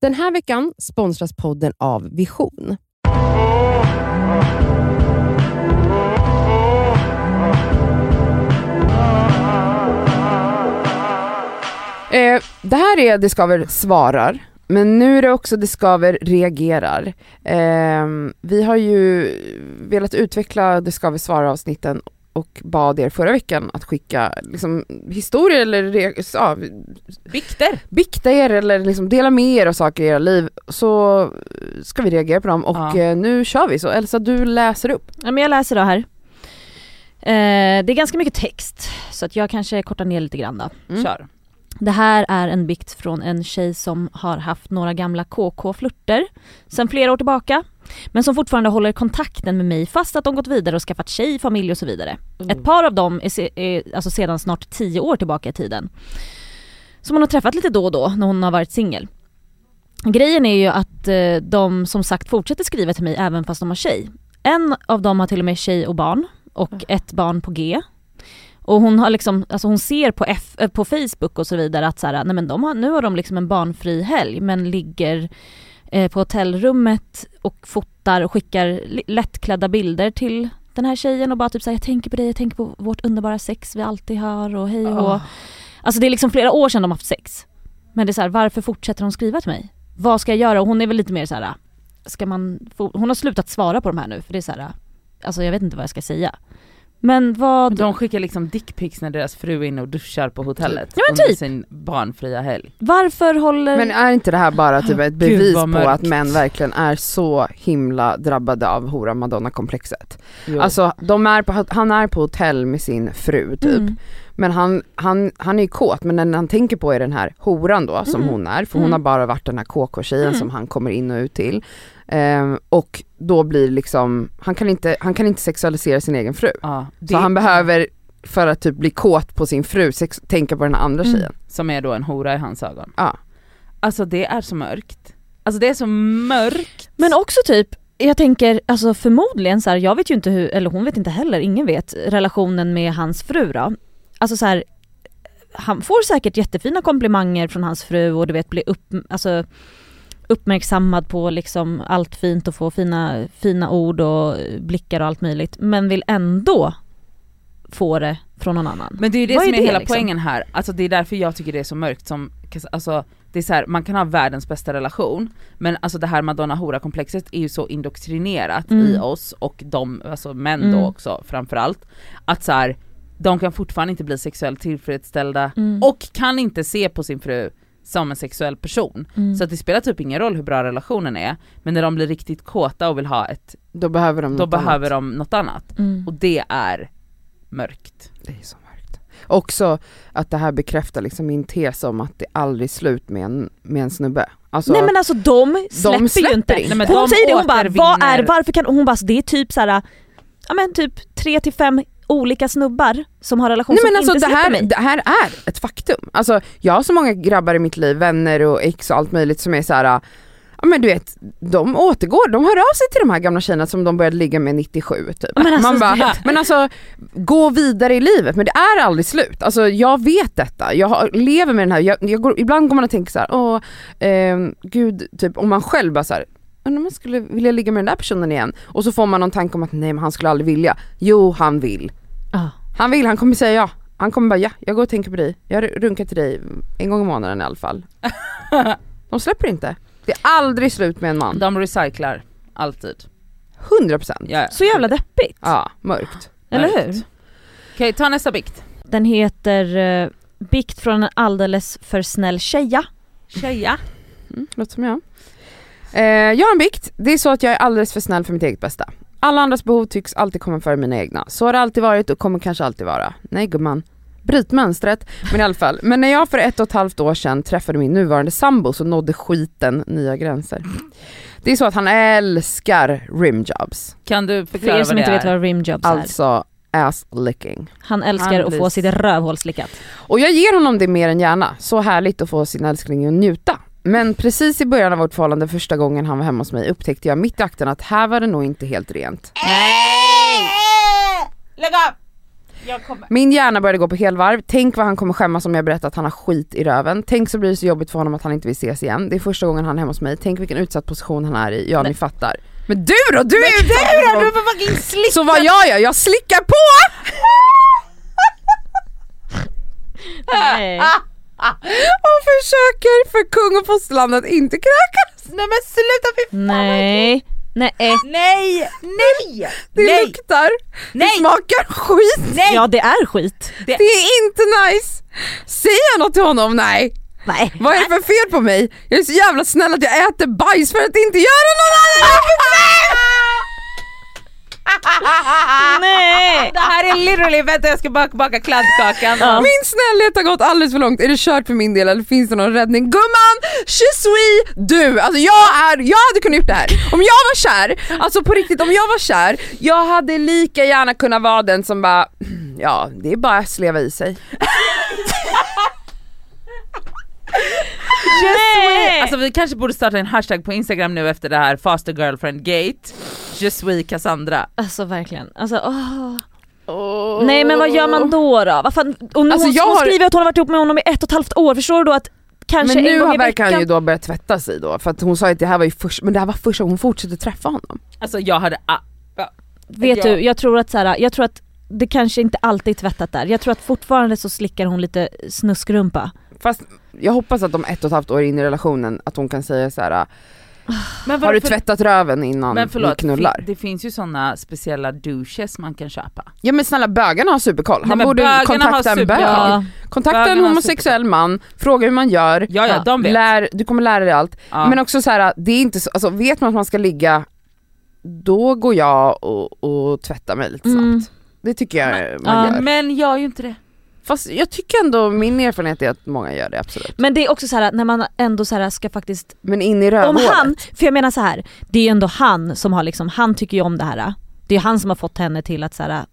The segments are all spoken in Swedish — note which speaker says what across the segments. Speaker 1: Den här veckan sponsras podden av Vision. Eh, det här är Det skaver svarar, men nu är det också Det skaver reagerar. Eh, vi har ju velat utveckla Det skaver svarar-avsnitten och bad er förra veckan att skicka liksom, historier eller re- ja,
Speaker 2: Bikter!
Speaker 1: bikta er eller liksom dela med er av saker i era liv så ska vi reagera på dem och
Speaker 2: Ja.
Speaker 1: eh, nu kör vi så. Elsa du läser upp.
Speaker 3: Ja, men jag läser då här. Eh, det är ganska mycket text så att jag kanske kortar ner lite grann då.
Speaker 1: Mm.
Speaker 2: Kör.
Speaker 3: Det här är en bikt från en tjej som har haft några gamla KK-flörter sedan flera år tillbaka. Men som fortfarande håller kontakten med mig fast att de gått vidare och skaffat tjej, familj och så vidare.
Speaker 1: Mm.
Speaker 3: Ett par av dem är, se, är alltså sedan snart tio år tillbaka i tiden. Som hon har träffat lite då och då när hon har varit singel. Grejen är ju att eh, de som sagt fortsätter skriva till mig även fast de har tjej. En av dem har till och med tjej och barn och ett barn på G. Och hon har liksom, alltså hon ser på, F, eh, på Facebook och så vidare att så här, nej men de har, nu har de liksom en barnfri helg men ligger eh, på hotellrummet och fotar och skickar li- lättklädda bilder till den här tjejen och bara typ såhär, jag tänker på dig, jag tänker på vårt underbara sex vi alltid har och hej och hå." Alltså det är liksom flera år sedan de har haft sex. Men det är så här, varför fortsätter hon skriva till mig? Vad ska jag göra? Och hon är väl lite mer så här, ska man, få, hon har slutat svara på de här nu för det är så här, alltså jag vet inte vad jag ska säga. Men vad...
Speaker 2: De skickar liksom dickpics när deras fru är inne och duschar på hotellet
Speaker 3: Ja, men
Speaker 2: under
Speaker 3: typ.
Speaker 2: sin barnfria helg.
Speaker 3: Varför håller...
Speaker 1: Men är inte det här bara typ ett
Speaker 2: Gud,
Speaker 1: bevis
Speaker 2: vad
Speaker 1: på
Speaker 2: mörkt.
Speaker 1: att män verkligen är så himla drabbade av hora madonna komplexet?
Speaker 2: Jo.
Speaker 1: Alltså de är på, han är på hotell med sin fru typ,
Speaker 3: Mm.
Speaker 1: men han, han, han är ju kåt men den han tänker på är den här horan då som
Speaker 3: Mm.
Speaker 1: hon är, för hon
Speaker 3: Mm.
Speaker 1: har bara varit den här KK-tjejen
Speaker 3: Mm.
Speaker 1: som han kommer in och ut till. Ehm, och då blir liksom, han kan, inte, han kan inte sexualisera sin egen fru.
Speaker 2: ja, det
Speaker 1: Så han behöver, för att typ bli kåt på sin fru, sex, tänka på den här andra
Speaker 3: Mm.
Speaker 1: tjejen.
Speaker 2: som är då en hora i hans ögon.
Speaker 1: Ja.
Speaker 2: Alltså det är så mörkt. Alltså det är så mörkt.
Speaker 3: Men också typ, jag tänker alltså förmodligen så här, jag vet ju inte hur, eller hon vet inte heller, ingen vet relationen med hans fru då. Alltså så här, han får säkert jättefina komplimanger från hans fru och du vet blir upp, alltså, uppmärksammad på liksom allt fint och får fina, fina ord och blickar och allt möjligt men vill ändå få det från någon annan.
Speaker 2: Men det är ju det
Speaker 3: Vad
Speaker 2: som
Speaker 3: är
Speaker 2: är,
Speaker 3: det,
Speaker 2: hela
Speaker 3: liksom?
Speaker 2: poängen här, alltså det är därför jag tycker det är så mörkt som, alltså det är så här, man kan ha världens bästa relation men alltså det här madonna hora komplexet är ju så indoktrinerat
Speaker 3: Mm.
Speaker 2: i oss och de, alltså män
Speaker 3: Mm.
Speaker 2: då också framförallt, att så här, de kan fortfarande inte bli sexuellt tillfredsställda
Speaker 3: Mm.
Speaker 2: och kan inte se på sin fru som en sexuell person.
Speaker 3: Mm.
Speaker 2: Så att det spelar typ ingen roll hur bra relationen är, men när de blir riktigt kåta och vill ha ett,
Speaker 1: Då behöver de
Speaker 2: då
Speaker 1: något
Speaker 2: behöver
Speaker 1: annat.
Speaker 2: de något annat.
Speaker 3: Mm.
Speaker 2: Och det är mörkt.
Speaker 1: Det är så mörkt. Också att det här bekräftar liksom min tes om att det aldrig är slut med en, med en snubbe. Alltså,
Speaker 3: Nej men alltså de släpper,
Speaker 1: släpper
Speaker 3: ju
Speaker 1: inte.
Speaker 3: inte.
Speaker 1: Nej,
Speaker 2: men
Speaker 3: hon
Speaker 2: de
Speaker 3: säger det, hon bara, vad
Speaker 2: återvinner-
Speaker 3: är, varför kan, hon bara, så det är typ såhär, ja men typ tre till fem olika snubbar som har relation
Speaker 1: Nej,
Speaker 3: som
Speaker 1: men alltså
Speaker 3: inte
Speaker 1: det
Speaker 3: släpper
Speaker 1: här,
Speaker 3: mig.
Speaker 1: det här är ett faktum. Alltså jag har så många grabbar i mitt liv, vänner och ex och allt möjligt som är så här. Ja men du vet, de återgår, de hör av sig till de här gamla tjejerna som de började ligga med 97 typ.
Speaker 3: Men alltså,
Speaker 1: Man bara, men alltså gå vidare i livet men det är aldrig slut. Alltså jag vet detta, jag har, lever med den här, jag, jag går, ibland går man och tänker så här, åh ehm, gud, typ om man själv bara så här, undrar om jag skulle vilja ligga med den där personen igen och så får man någon tanke om att nej men han skulle aldrig vilja. Jo han vill.
Speaker 3: Ja.
Speaker 1: Han vill, han kommer säga ja. Han kommer bara ja, jag går och tänker på dig. Jag runkar till dig en gång i månaden i alla fall. De släpper inte. Det är aldrig slut med en
Speaker 3: Mm.
Speaker 1: man.
Speaker 2: De recyclar, alltid.
Speaker 1: 100%.
Speaker 2: Ja.
Speaker 3: Så jävla deppigt,
Speaker 1: Ja, mörkt.
Speaker 3: eller
Speaker 2: mörkt.
Speaker 3: hur?
Speaker 2: Okej, ta nästa bikt.
Speaker 3: Den heter eh, Bikt från en alldeles för snäll tjeja.
Speaker 2: Tjeja.
Speaker 1: Mm, låter som jag. Eh, jag har en bikt. Det är så att jag är alldeles för snäll för mitt eget bästa. Alla andras behov tycks alltid komma före mina egna. Så har det alltid varit och kommer kanske alltid vara. Nej gumman. Bryt mönstret. Men i alla fall. Men när jag för ett och ett halvt år sedan träffade min nuvarande sambo så nådde skiten nya gränser. Det är så att han älskar rimjobs.
Speaker 2: Kan du
Speaker 3: För
Speaker 2: förklara
Speaker 3: er
Speaker 2: vad
Speaker 3: som
Speaker 2: det
Speaker 3: inte vet
Speaker 2: är?
Speaker 3: vad rimjobs är.
Speaker 1: Alltså ass licking.
Speaker 3: Han älskar
Speaker 2: Han
Speaker 3: att
Speaker 2: blir-
Speaker 3: få sitt rövhål slickat.
Speaker 1: Och jag ger honom det mer än gärna. Så härligt att få sin älskling att njuta. Men precis i början av vårt förhållande första gången han var hemma hos mig upptäckte jag mitt i akten att här var det nog inte helt rent.
Speaker 2: Nej! Lägg av!
Speaker 3: Jag kommer.
Speaker 1: Min hjärna började gå på helvarv, tänk vad han kommer skämmas om jag berättar att han har skit i röven. Tänk så blir det så jobbigt för honom att han inte vill ses igen. Det är första gången han är hemma hos mig, tänk vilken utsatt position han är i. Ja ni fattar. Men du då? Du är ju
Speaker 2: Du har på fucking slick!
Speaker 1: Så vad gör jag? Jag slickar på!
Speaker 3: Nej.
Speaker 1: Och försöker för kung och fosterland att inte Mm. krökas.
Speaker 2: Nej men sluta fy
Speaker 3: Nej. Nej.
Speaker 2: Nej! Nej!
Speaker 1: Det
Speaker 2: Nej!
Speaker 1: luktar, det
Speaker 2: Nej!
Speaker 1: smakar skit.
Speaker 2: Nej!
Speaker 3: Ja det är skit.
Speaker 1: Det är inte nice. Säger jag något till honom? Nej.
Speaker 3: Nej.
Speaker 1: Vad är det för fel på mig? Jag är så jävla snäll att jag äter bajs för att inte göra någon annan uppmärksam!
Speaker 3: Nej.
Speaker 2: Det här är literally, vänta jag ska baka, baka kladdkakan.
Speaker 3: Ja.
Speaker 1: Min snällhet har gått alldeles för långt, är det kört för min del eller finns det någon räddning? Gumman, je suis du! Alltså jag är, jag hade kunnat gjort det här. Om jag var kär, alltså på riktigt om jag var kär, jag hade lika gärna kunnat vara den som bara, ja det är bara att sleva i sig.
Speaker 3: Nej.
Speaker 2: Alltså vi kanske borde starta en hashtag på instagram nu efter det här faster girlfriend gate, just we Cassandra.
Speaker 3: Alltså verkligen. Alltså, åh. Nej men vad gör man då då? Vad fan? Och nu
Speaker 1: Alltså,
Speaker 3: hon,
Speaker 1: jag
Speaker 3: hon
Speaker 1: har-
Speaker 3: skriver att hon har varit ihop med honom i ett och ett halvt år, förstår du då att kanske
Speaker 1: Men
Speaker 3: en
Speaker 1: nu
Speaker 3: gång
Speaker 1: har-
Speaker 3: i
Speaker 1: verkar
Speaker 3: veckan...
Speaker 1: han ju då börjat tvätta sig då för att hon sa ju att det här var ju först, men det här var första gången hon fortsatte träffa honom.
Speaker 2: Alltså jag hade, ah,
Speaker 3: Vet
Speaker 2: Ja.
Speaker 3: du, jag tror att så här, jag tror att det kanske inte alltid är tvättat där. Jag tror att fortfarande så slickar hon lite snuskrumpa.
Speaker 1: Fast jag hoppas att om ett och ett halvt år in i relationen att hon kan säga så här:
Speaker 2: men
Speaker 1: har du
Speaker 2: varför-
Speaker 1: tvättat röven innan
Speaker 2: Men förlåt,
Speaker 1: ni knullar?
Speaker 2: fin- det finns ju såna speciella douches man kan köpa.
Speaker 1: Ja men snälla bögarna har superkoll,
Speaker 2: Nej,
Speaker 1: han
Speaker 2: men
Speaker 1: borde
Speaker 2: bögarna har
Speaker 1: kontakta en bög.
Speaker 2: superkoll. Ja.
Speaker 1: Kontakta en
Speaker 2: Bögarna har
Speaker 1: homosexuell man, fråga hur man gör,
Speaker 2: Ja, ja,
Speaker 3: Ja.
Speaker 2: de vet.
Speaker 1: lär, du kommer lära dig allt.
Speaker 2: Ja.
Speaker 1: Men också så här, det är inte så, alltså, vet man att man ska ligga, då går jag och, och tvättar mig lite snabbt.
Speaker 3: Mm.
Speaker 1: Det tycker jag man
Speaker 3: ja.
Speaker 1: gör.
Speaker 2: Men jag är ju inte det.
Speaker 1: Fast jag tycker ändå, min erfarenhet är att många gör det absolut.
Speaker 3: Men det är också så här att när man ändå så här ska faktiskt,
Speaker 1: Men in i
Speaker 3: om
Speaker 1: rövhålet.
Speaker 3: han, för jag menar så här, det är ju ändå han som har liksom, han tycker ju om det här. Det är han som har fått henne till att så här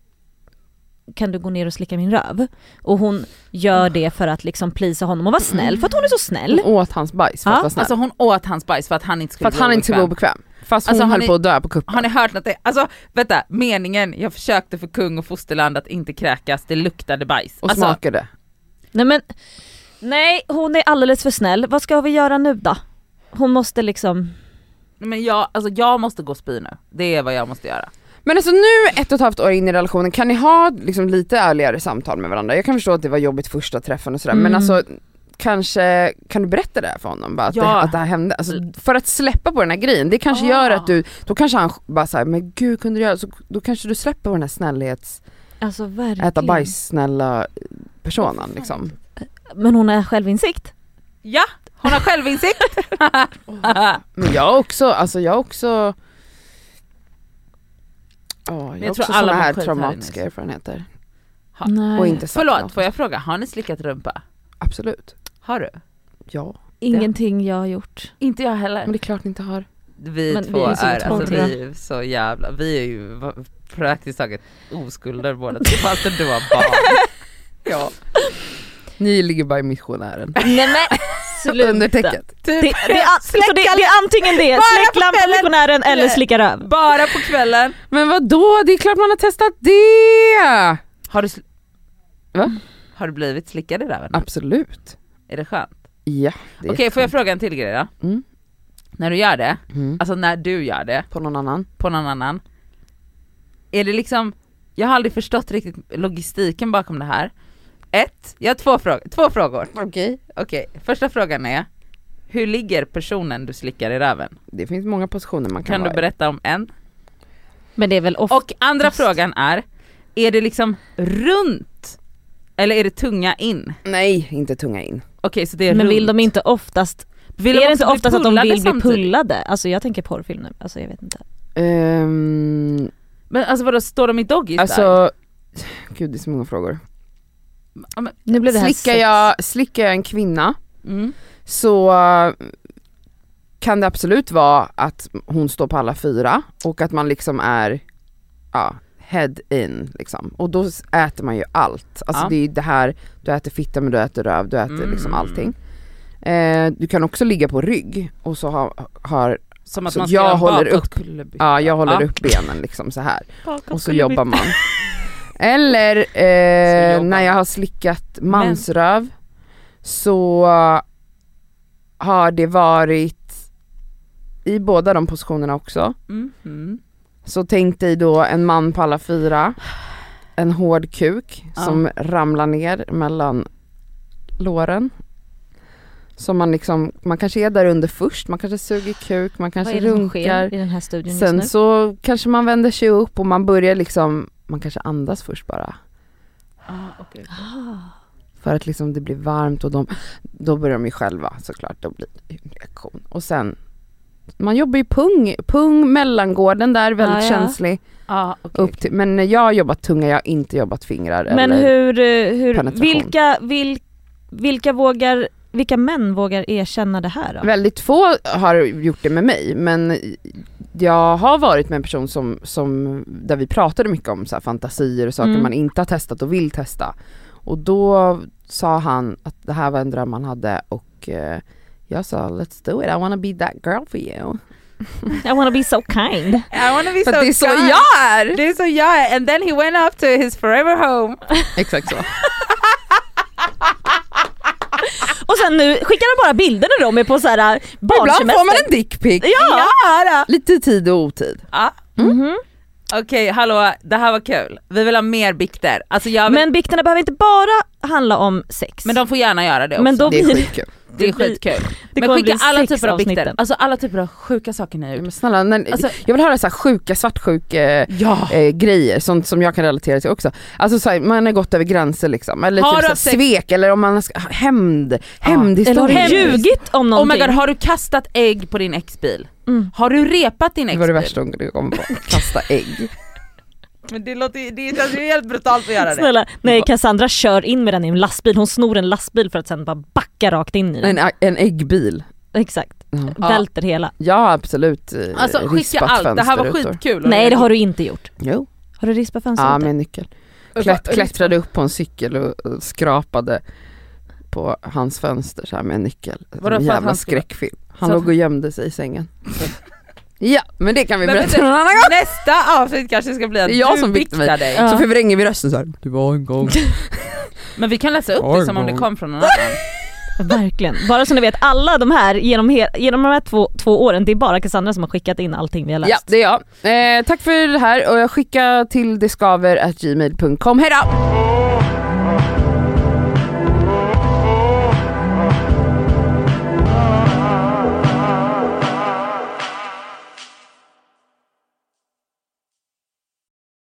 Speaker 3: kan du gå ner och slicka min röv? Och hon gör det för att liksom plisa honom och vara snäll för att hon är så snäll.
Speaker 1: Hon åt hans bajs för att
Speaker 3: Ja,
Speaker 1: vara snäll.
Speaker 2: Alltså hon åt hans bajs för att han inte
Speaker 1: för
Speaker 2: skulle
Speaker 1: att han inte skulle
Speaker 2: obekväm.
Speaker 1: vara obekväm. Fast hon
Speaker 2: Alltså, har
Speaker 1: höll
Speaker 2: ni-
Speaker 1: på att dö på kuppen.
Speaker 2: Har ni hört något? Alltså vänta, meningen jag försökte för kung och fosterland att inte kräkas, det luktade bajs.
Speaker 1: Och
Speaker 2: alltså,
Speaker 1: smakade.
Speaker 3: Nej men, nej hon är alldeles för snäll. Vad ska vi göra nu då? Hon måste liksom,
Speaker 2: men jag, alltså jag måste gå och spy nu, det är vad jag måste göra.
Speaker 1: Men alltså nu ett och ett halvt år in i relationen, kan ni ha liksom, lite ärligare samtal med varandra? Jag kan förstå att det var jobbigt första träffen och sådär men
Speaker 3: Mm.
Speaker 1: alltså kanske kan du berätta det här för honom? Bara att, det,
Speaker 2: Ja.
Speaker 1: att det här hände. Alltså, för att släppa på den här grejen, det kanske gör
Speaker 2: Ah.
Speaker 1: att du, då kanske han bara såhär, men gud kunde du göra så? Då kanske du släpper på den här snällhets,
Speaker 3: alltså verkligen.
Speaker 1: äta bajs snälla personen liksom.
Speaker 3: Men hon har självinsikt.
Speaker 2: Ja, hon har självinsikt.
Speaker 1: Men jag också, alltså jag också Ja, jag,
Speaker 2: jag
Speaker 1: har
Speaker 2: tror
Speaker 1: också
Speaker 2: alla
Speaker 1: såna
Speaker 2: mår
Speaker 1: här
Speaker 2: skit här inne,
Speaker 1: traumatiska
Speaker 2: så.
Speaker 1: erfarenheter.
Speaker 2: Ja.
Speaker 3: Nej.
Speaker 1: Och inte sagt
Speaker 2: Förlåt,
Speaker 1: något.
Speaker 2: får jag fråga, har ni slickat rumpa?
Speaker 1: Absolut,
Speaker 2: Har du?
Speaker 1: ja.
Speaker 3: Ingenting jag har gjort.
Speaker 2: Inte jag
Speaker 1: Men
Speaker 2: heller.
Speaker 1: det är klart ni inte har.
Speaker 2: Vi
Speaker 3: Men
Speaker 2: två
Speaker 3: vi är så
Speaker 2: är, alltså,
Speaker 3: otroliga.
Speaker 2: vi är så jävla, vi är ju va- praktiskt taget oskulder båda två, fastän du har barn. ja.
Speaker 1: Ni ligger bara i missionären.
Speaker 3: Nej men
Speaker 1: Under täcket.
Speaker 3: Det, det, är, an- så det, det är antingen det,
Speaker 2: Bara
Speaker 3: släck
Speaker 2: på
Speaker 3: lampan
Speaker 2: kvällen.
Speaker 3: missionären eller slicka röv.
Speaker 2: Bara på kvällen.
Speaker 1: Men vad då? det är klart man har testat det!
Speaker 2: Har du, sl-
Speaker 1: Va?
Speaker 2: Har du blivit slickad i röven?
Speaker 1: Absolut.
Speaker 2: Är det skönt?
Speaker 1: Ja. det är
Speaker 2: Okej får jag fråga en till grej då?
Speaker 1: Mm.
Speaker 2: När du gör det,
Speaker 1: Mm.
Speaker 2: alltså när du gör det
Speaker 1: På någon annan.
Speaker 2: på någon annan, är det liksom, jag har aldrig förstått riktigt logistiken bakom det här. Ett, jag har två, frågor. två frågor.
Speaker 1: Okej.
Speaker 2: Okej, första frågan är, hur ligger personen du slickar i röven?
Speaker 1: Det finns många positioner man kan,
Speaker 2: Kan du
Speaker 1: vara i.
Speaker 2: berätta om en?
Speaker 3: Men det är väl ofta...
Speaker 2: Och andra
Speaker 3: Fast-
Speaker 2: frågan är, är det liksom runt? Eller är det tunga in?
Speaker 1: Nej, inte tunga in.
Speaker 2: Okej så det är
Speaker 3: men
Speaker 2: runt.
Speaker 3: vill de inte oftast,
Speaker 2: Vill
Speaker 3: är det
Speaker 2: också
Speaker 3: inte
Speaker 2: bli
Speaker 3: oftast att de
Speaker 2: pullade
Speaker 3: vill bli
Speaker 2: samtidigt?
Speaker 3: pullade? Alltså jag tänker porrfilm nu, alltså jag vet inte.
Speaker 1: Ehm,
Speaker 2: Men alltså vadå, står de i doggy style?
Speaker 1: alltså, gud det är så många frågor.
Speaker 3: Nu blev det här
Speaker 1: Slickar
Speaker 3: sex.
Speaker 1: jag, slickar jag en kvinna
Speaker 2: Mm.
Speaker 1: så eh, kan det absolut vara att hon står på alla fyra och att man liksom är ja, head in liksom. Och då s- äter man ju allt. Alltså
Speaker 2: Ja.
Speaker 1: det är ju det här, du äter fitta men du äter röv, du äter
Speaker 2: Mm.
Speaker 1: liksom allting. Eh, du kan också ligga på rygg och så har, har
Speaker 2: Som att
Speaker 1: Så
Speaker 2: man ska
Speaker 1: jag
Speaker 2: göra
Speaker 1: håller
Speaker 2: bak-
Speaker 1: upp-
Speaker 2: och kullerbytta.
Speaker 1: ja jag håller
Speaker 2: Ja.
Speaker 1: upp benen liksom så här
Speaker 3: Bakom
Speaker 1: och så jobbar man. Eller
Speaker 2: Så
Speaker 1: eh,
Speaker 2: jobbar.
Speaker 1: när jag har slickat mansröv så har det varit i båda de positionerna också.
Speaker 2: Mm. Mm.
Speaker 1: Så tänk dig då en man på alla fyra, en hård kuk
Speaker 2: Ja.
Speaker 1: som ramlar ner mellan låren. Som man liksom, man kanske är där under först, man kanske suger kuk, man
Speaker 3: Vad
Speaker 1: kanske
Speaker 3: är det som
Speaker 1: runkar.
Speaker 3: sker i den här studion just
Speaker 1: Sen
Speaker 3: nu?
Speaker 1: så kanske man vänder sig upp och man börjar liksom, man kanske andas först bara.
Speaker 2: Ah, okej.
Speaker 3: Ah.
Speaker 1: För att liksom det blir varmt och de, då börjar de ju själva såklart, då blir det ju en reaktion. Och sen, man jobbar ju pung, pung mellangården där, väldigt
Speaker 3: Ja, ja.
Speaker 1: känslig.
Speaker 2: Ah, okej.
Speaker 1: Upp till, men jag har jobbat tunga, jag har inte jobbat fingrar
Speaker 3: Men
Speaker 1: eller
Speaker 3: hur, eh, hur
Speaker 1: penetration.
Speaker 3: vilka, vil, vilka vågar, vilka män vågar erkänna det här då?
Speaker 1: Väldigt få har gjort det med mig men jag har varit med en person som, som där vi pratade mycket om så här fantasier och saker
Speaker 3: Mm.
Speaker 1: man inte har testat och vill testa. Och då sa han att det här var en dröm han hade och eh, jag sa let's do it, I wanna be that girl for you.
Speaker 3: I wanna be so kind.
Speaker 2: I wanna be
Speaker 1: För att det är så
Speaker 2: kind.
Speaker 1: jag är!
Speaker 2: Det är så jag är. And then he went up to his forever home.
Speaker 1: Exakt så.
Speaker 3: Och sen nu skickar de bara bilder när de är på så här eh,
Speaker 1: Ibland får man
Speaker 3: barnsemester.
Speaker 1: en dickpic.
Speaker 3: Ja!
Speaker 2: då.
Speaker 1: Lite i tid och otid.
Speaker 2: Ja.
Speaker 3: Mhm.
Speaker 2: Ah, Okej, hallå, det här var kul. Vi vill ha mer bikter. Alltså jag vill, men,
Speaker 3: Men bikterna behöver inte bara handla om sex.
Speaker 2: de får gärna göra det också.
Speaker 3: Men då
Speaker 1: Det är
Speaker 3: blir-
Speaker 1: skitkul.
Speaker 2: det är
Speaker 3: det blir-
Speaker 2: skitkul.
Speaker 3: det
Speaker 2: men
Speaker 3: kommer bli
Speaker 2: skicka alla
Speaker 3: sex
Speaker 2: typer av bikter.
Speaker 3: avsnitten.
Speaker 2: Alltså alla typer av sjuka saker ni har
Speaker 1: Ja,
Speaker 2: gjort.
Speaker 1: Men snälla, när,
Speaker 2: Alltså-
Speaker 1: jag vill höra så här sjuka svartsjuk eh,
Speaker 2: Ja!
Speaker 1: eh, grejer, sånt som jag kan relatera till också. Alltså så här, man har gått över gränser liksom, eller
Speaker 2: Har
Speaker 1: typ
Speaker 2: du
Speaker 1: så här,
Speaker 2: haft sex-
Speaker 1: svek eller om man har sk- hämnd,
Speaker 3: Eller har
Speaker 1: hämndhistorier.
Speaker 3: du ljugit om
Speaker 2: Oh my
Speaker 3: någonting?
Speaker 2: god, har du kastat ägg på din exbil?
Speaker 3: Mm.
Speaker 2: Har du repat din
Speaker 1: Det var det
Speaker 2: exbil?
Speaker 1: värsta hon kunde komma på, kasta ägg.
Speaker 2: Men det, låter, det känns ju helt brutalt att göra det.
Speaker 3: Snälla, nej Cassandra kör in med den i en lastbil, hon snor en lastbil för att sen bara backa rakt in i den.
Speaker 1: En, en äggbil.
Speaker 3: Exakt,
Speaker 1: Ja.
Speaker 2: Ja.
Speaker 3: välter hela.
Speaker 1: Jag har absolut eh,
Speaker 2: Alltså skicka
Speaker 1: rispat
Speaker 2: allt, det här var
Speaker 1: fönsterrutor.
Speaker 2: skitkul.
Speaker 3: Nej det har du inte gjort.
Speaker 1: Jo,
Speaker 3: Har du rispat fönstret?
Speaker 1: ja med nyckel. Klätt, klättrade upp på en cykel och och skrapade på hans fönster så här med en nyckel.
Speaker 2: Vadå,
Speaker 1: Vadå, en
Speaker 2: för att
Speaker 1: jävla
Speaker 2: han skulle-
Speaker 1: skräckfilm. Han
Speaker 2: Så att-
Speaker 1: låg och gömde sig i sängen. ja, men det kan vi
Speaker 2: Men
Speaker 1: berätta
Speaker 2: vänta,
Speaker 1: någon annan gång.
Speaker 2: Nästa avsnitt kanske ska bli att
Speaker 1: Det är jag
Speaker 2: du
Speaker 1: som biktar mig.
Speaker 2: biktar dig.
Speaker 3: Ja.
Speaker 1: Så förvränger vi rösten så här. Det var en gång.
Speaker 2: Men vi kan läsa upp det som om det kom från någon annan.
Speaker 3: Verkligen. Bara så ni vet, alla de här genom, he- genom de här två, två åren, det är bara Cassandra som har skickat in allting vi har läst.
Speaker 1: Ja, det är jag. Eh, tack för det här och jag skickar till detskaver.gmail.com. Hejdå!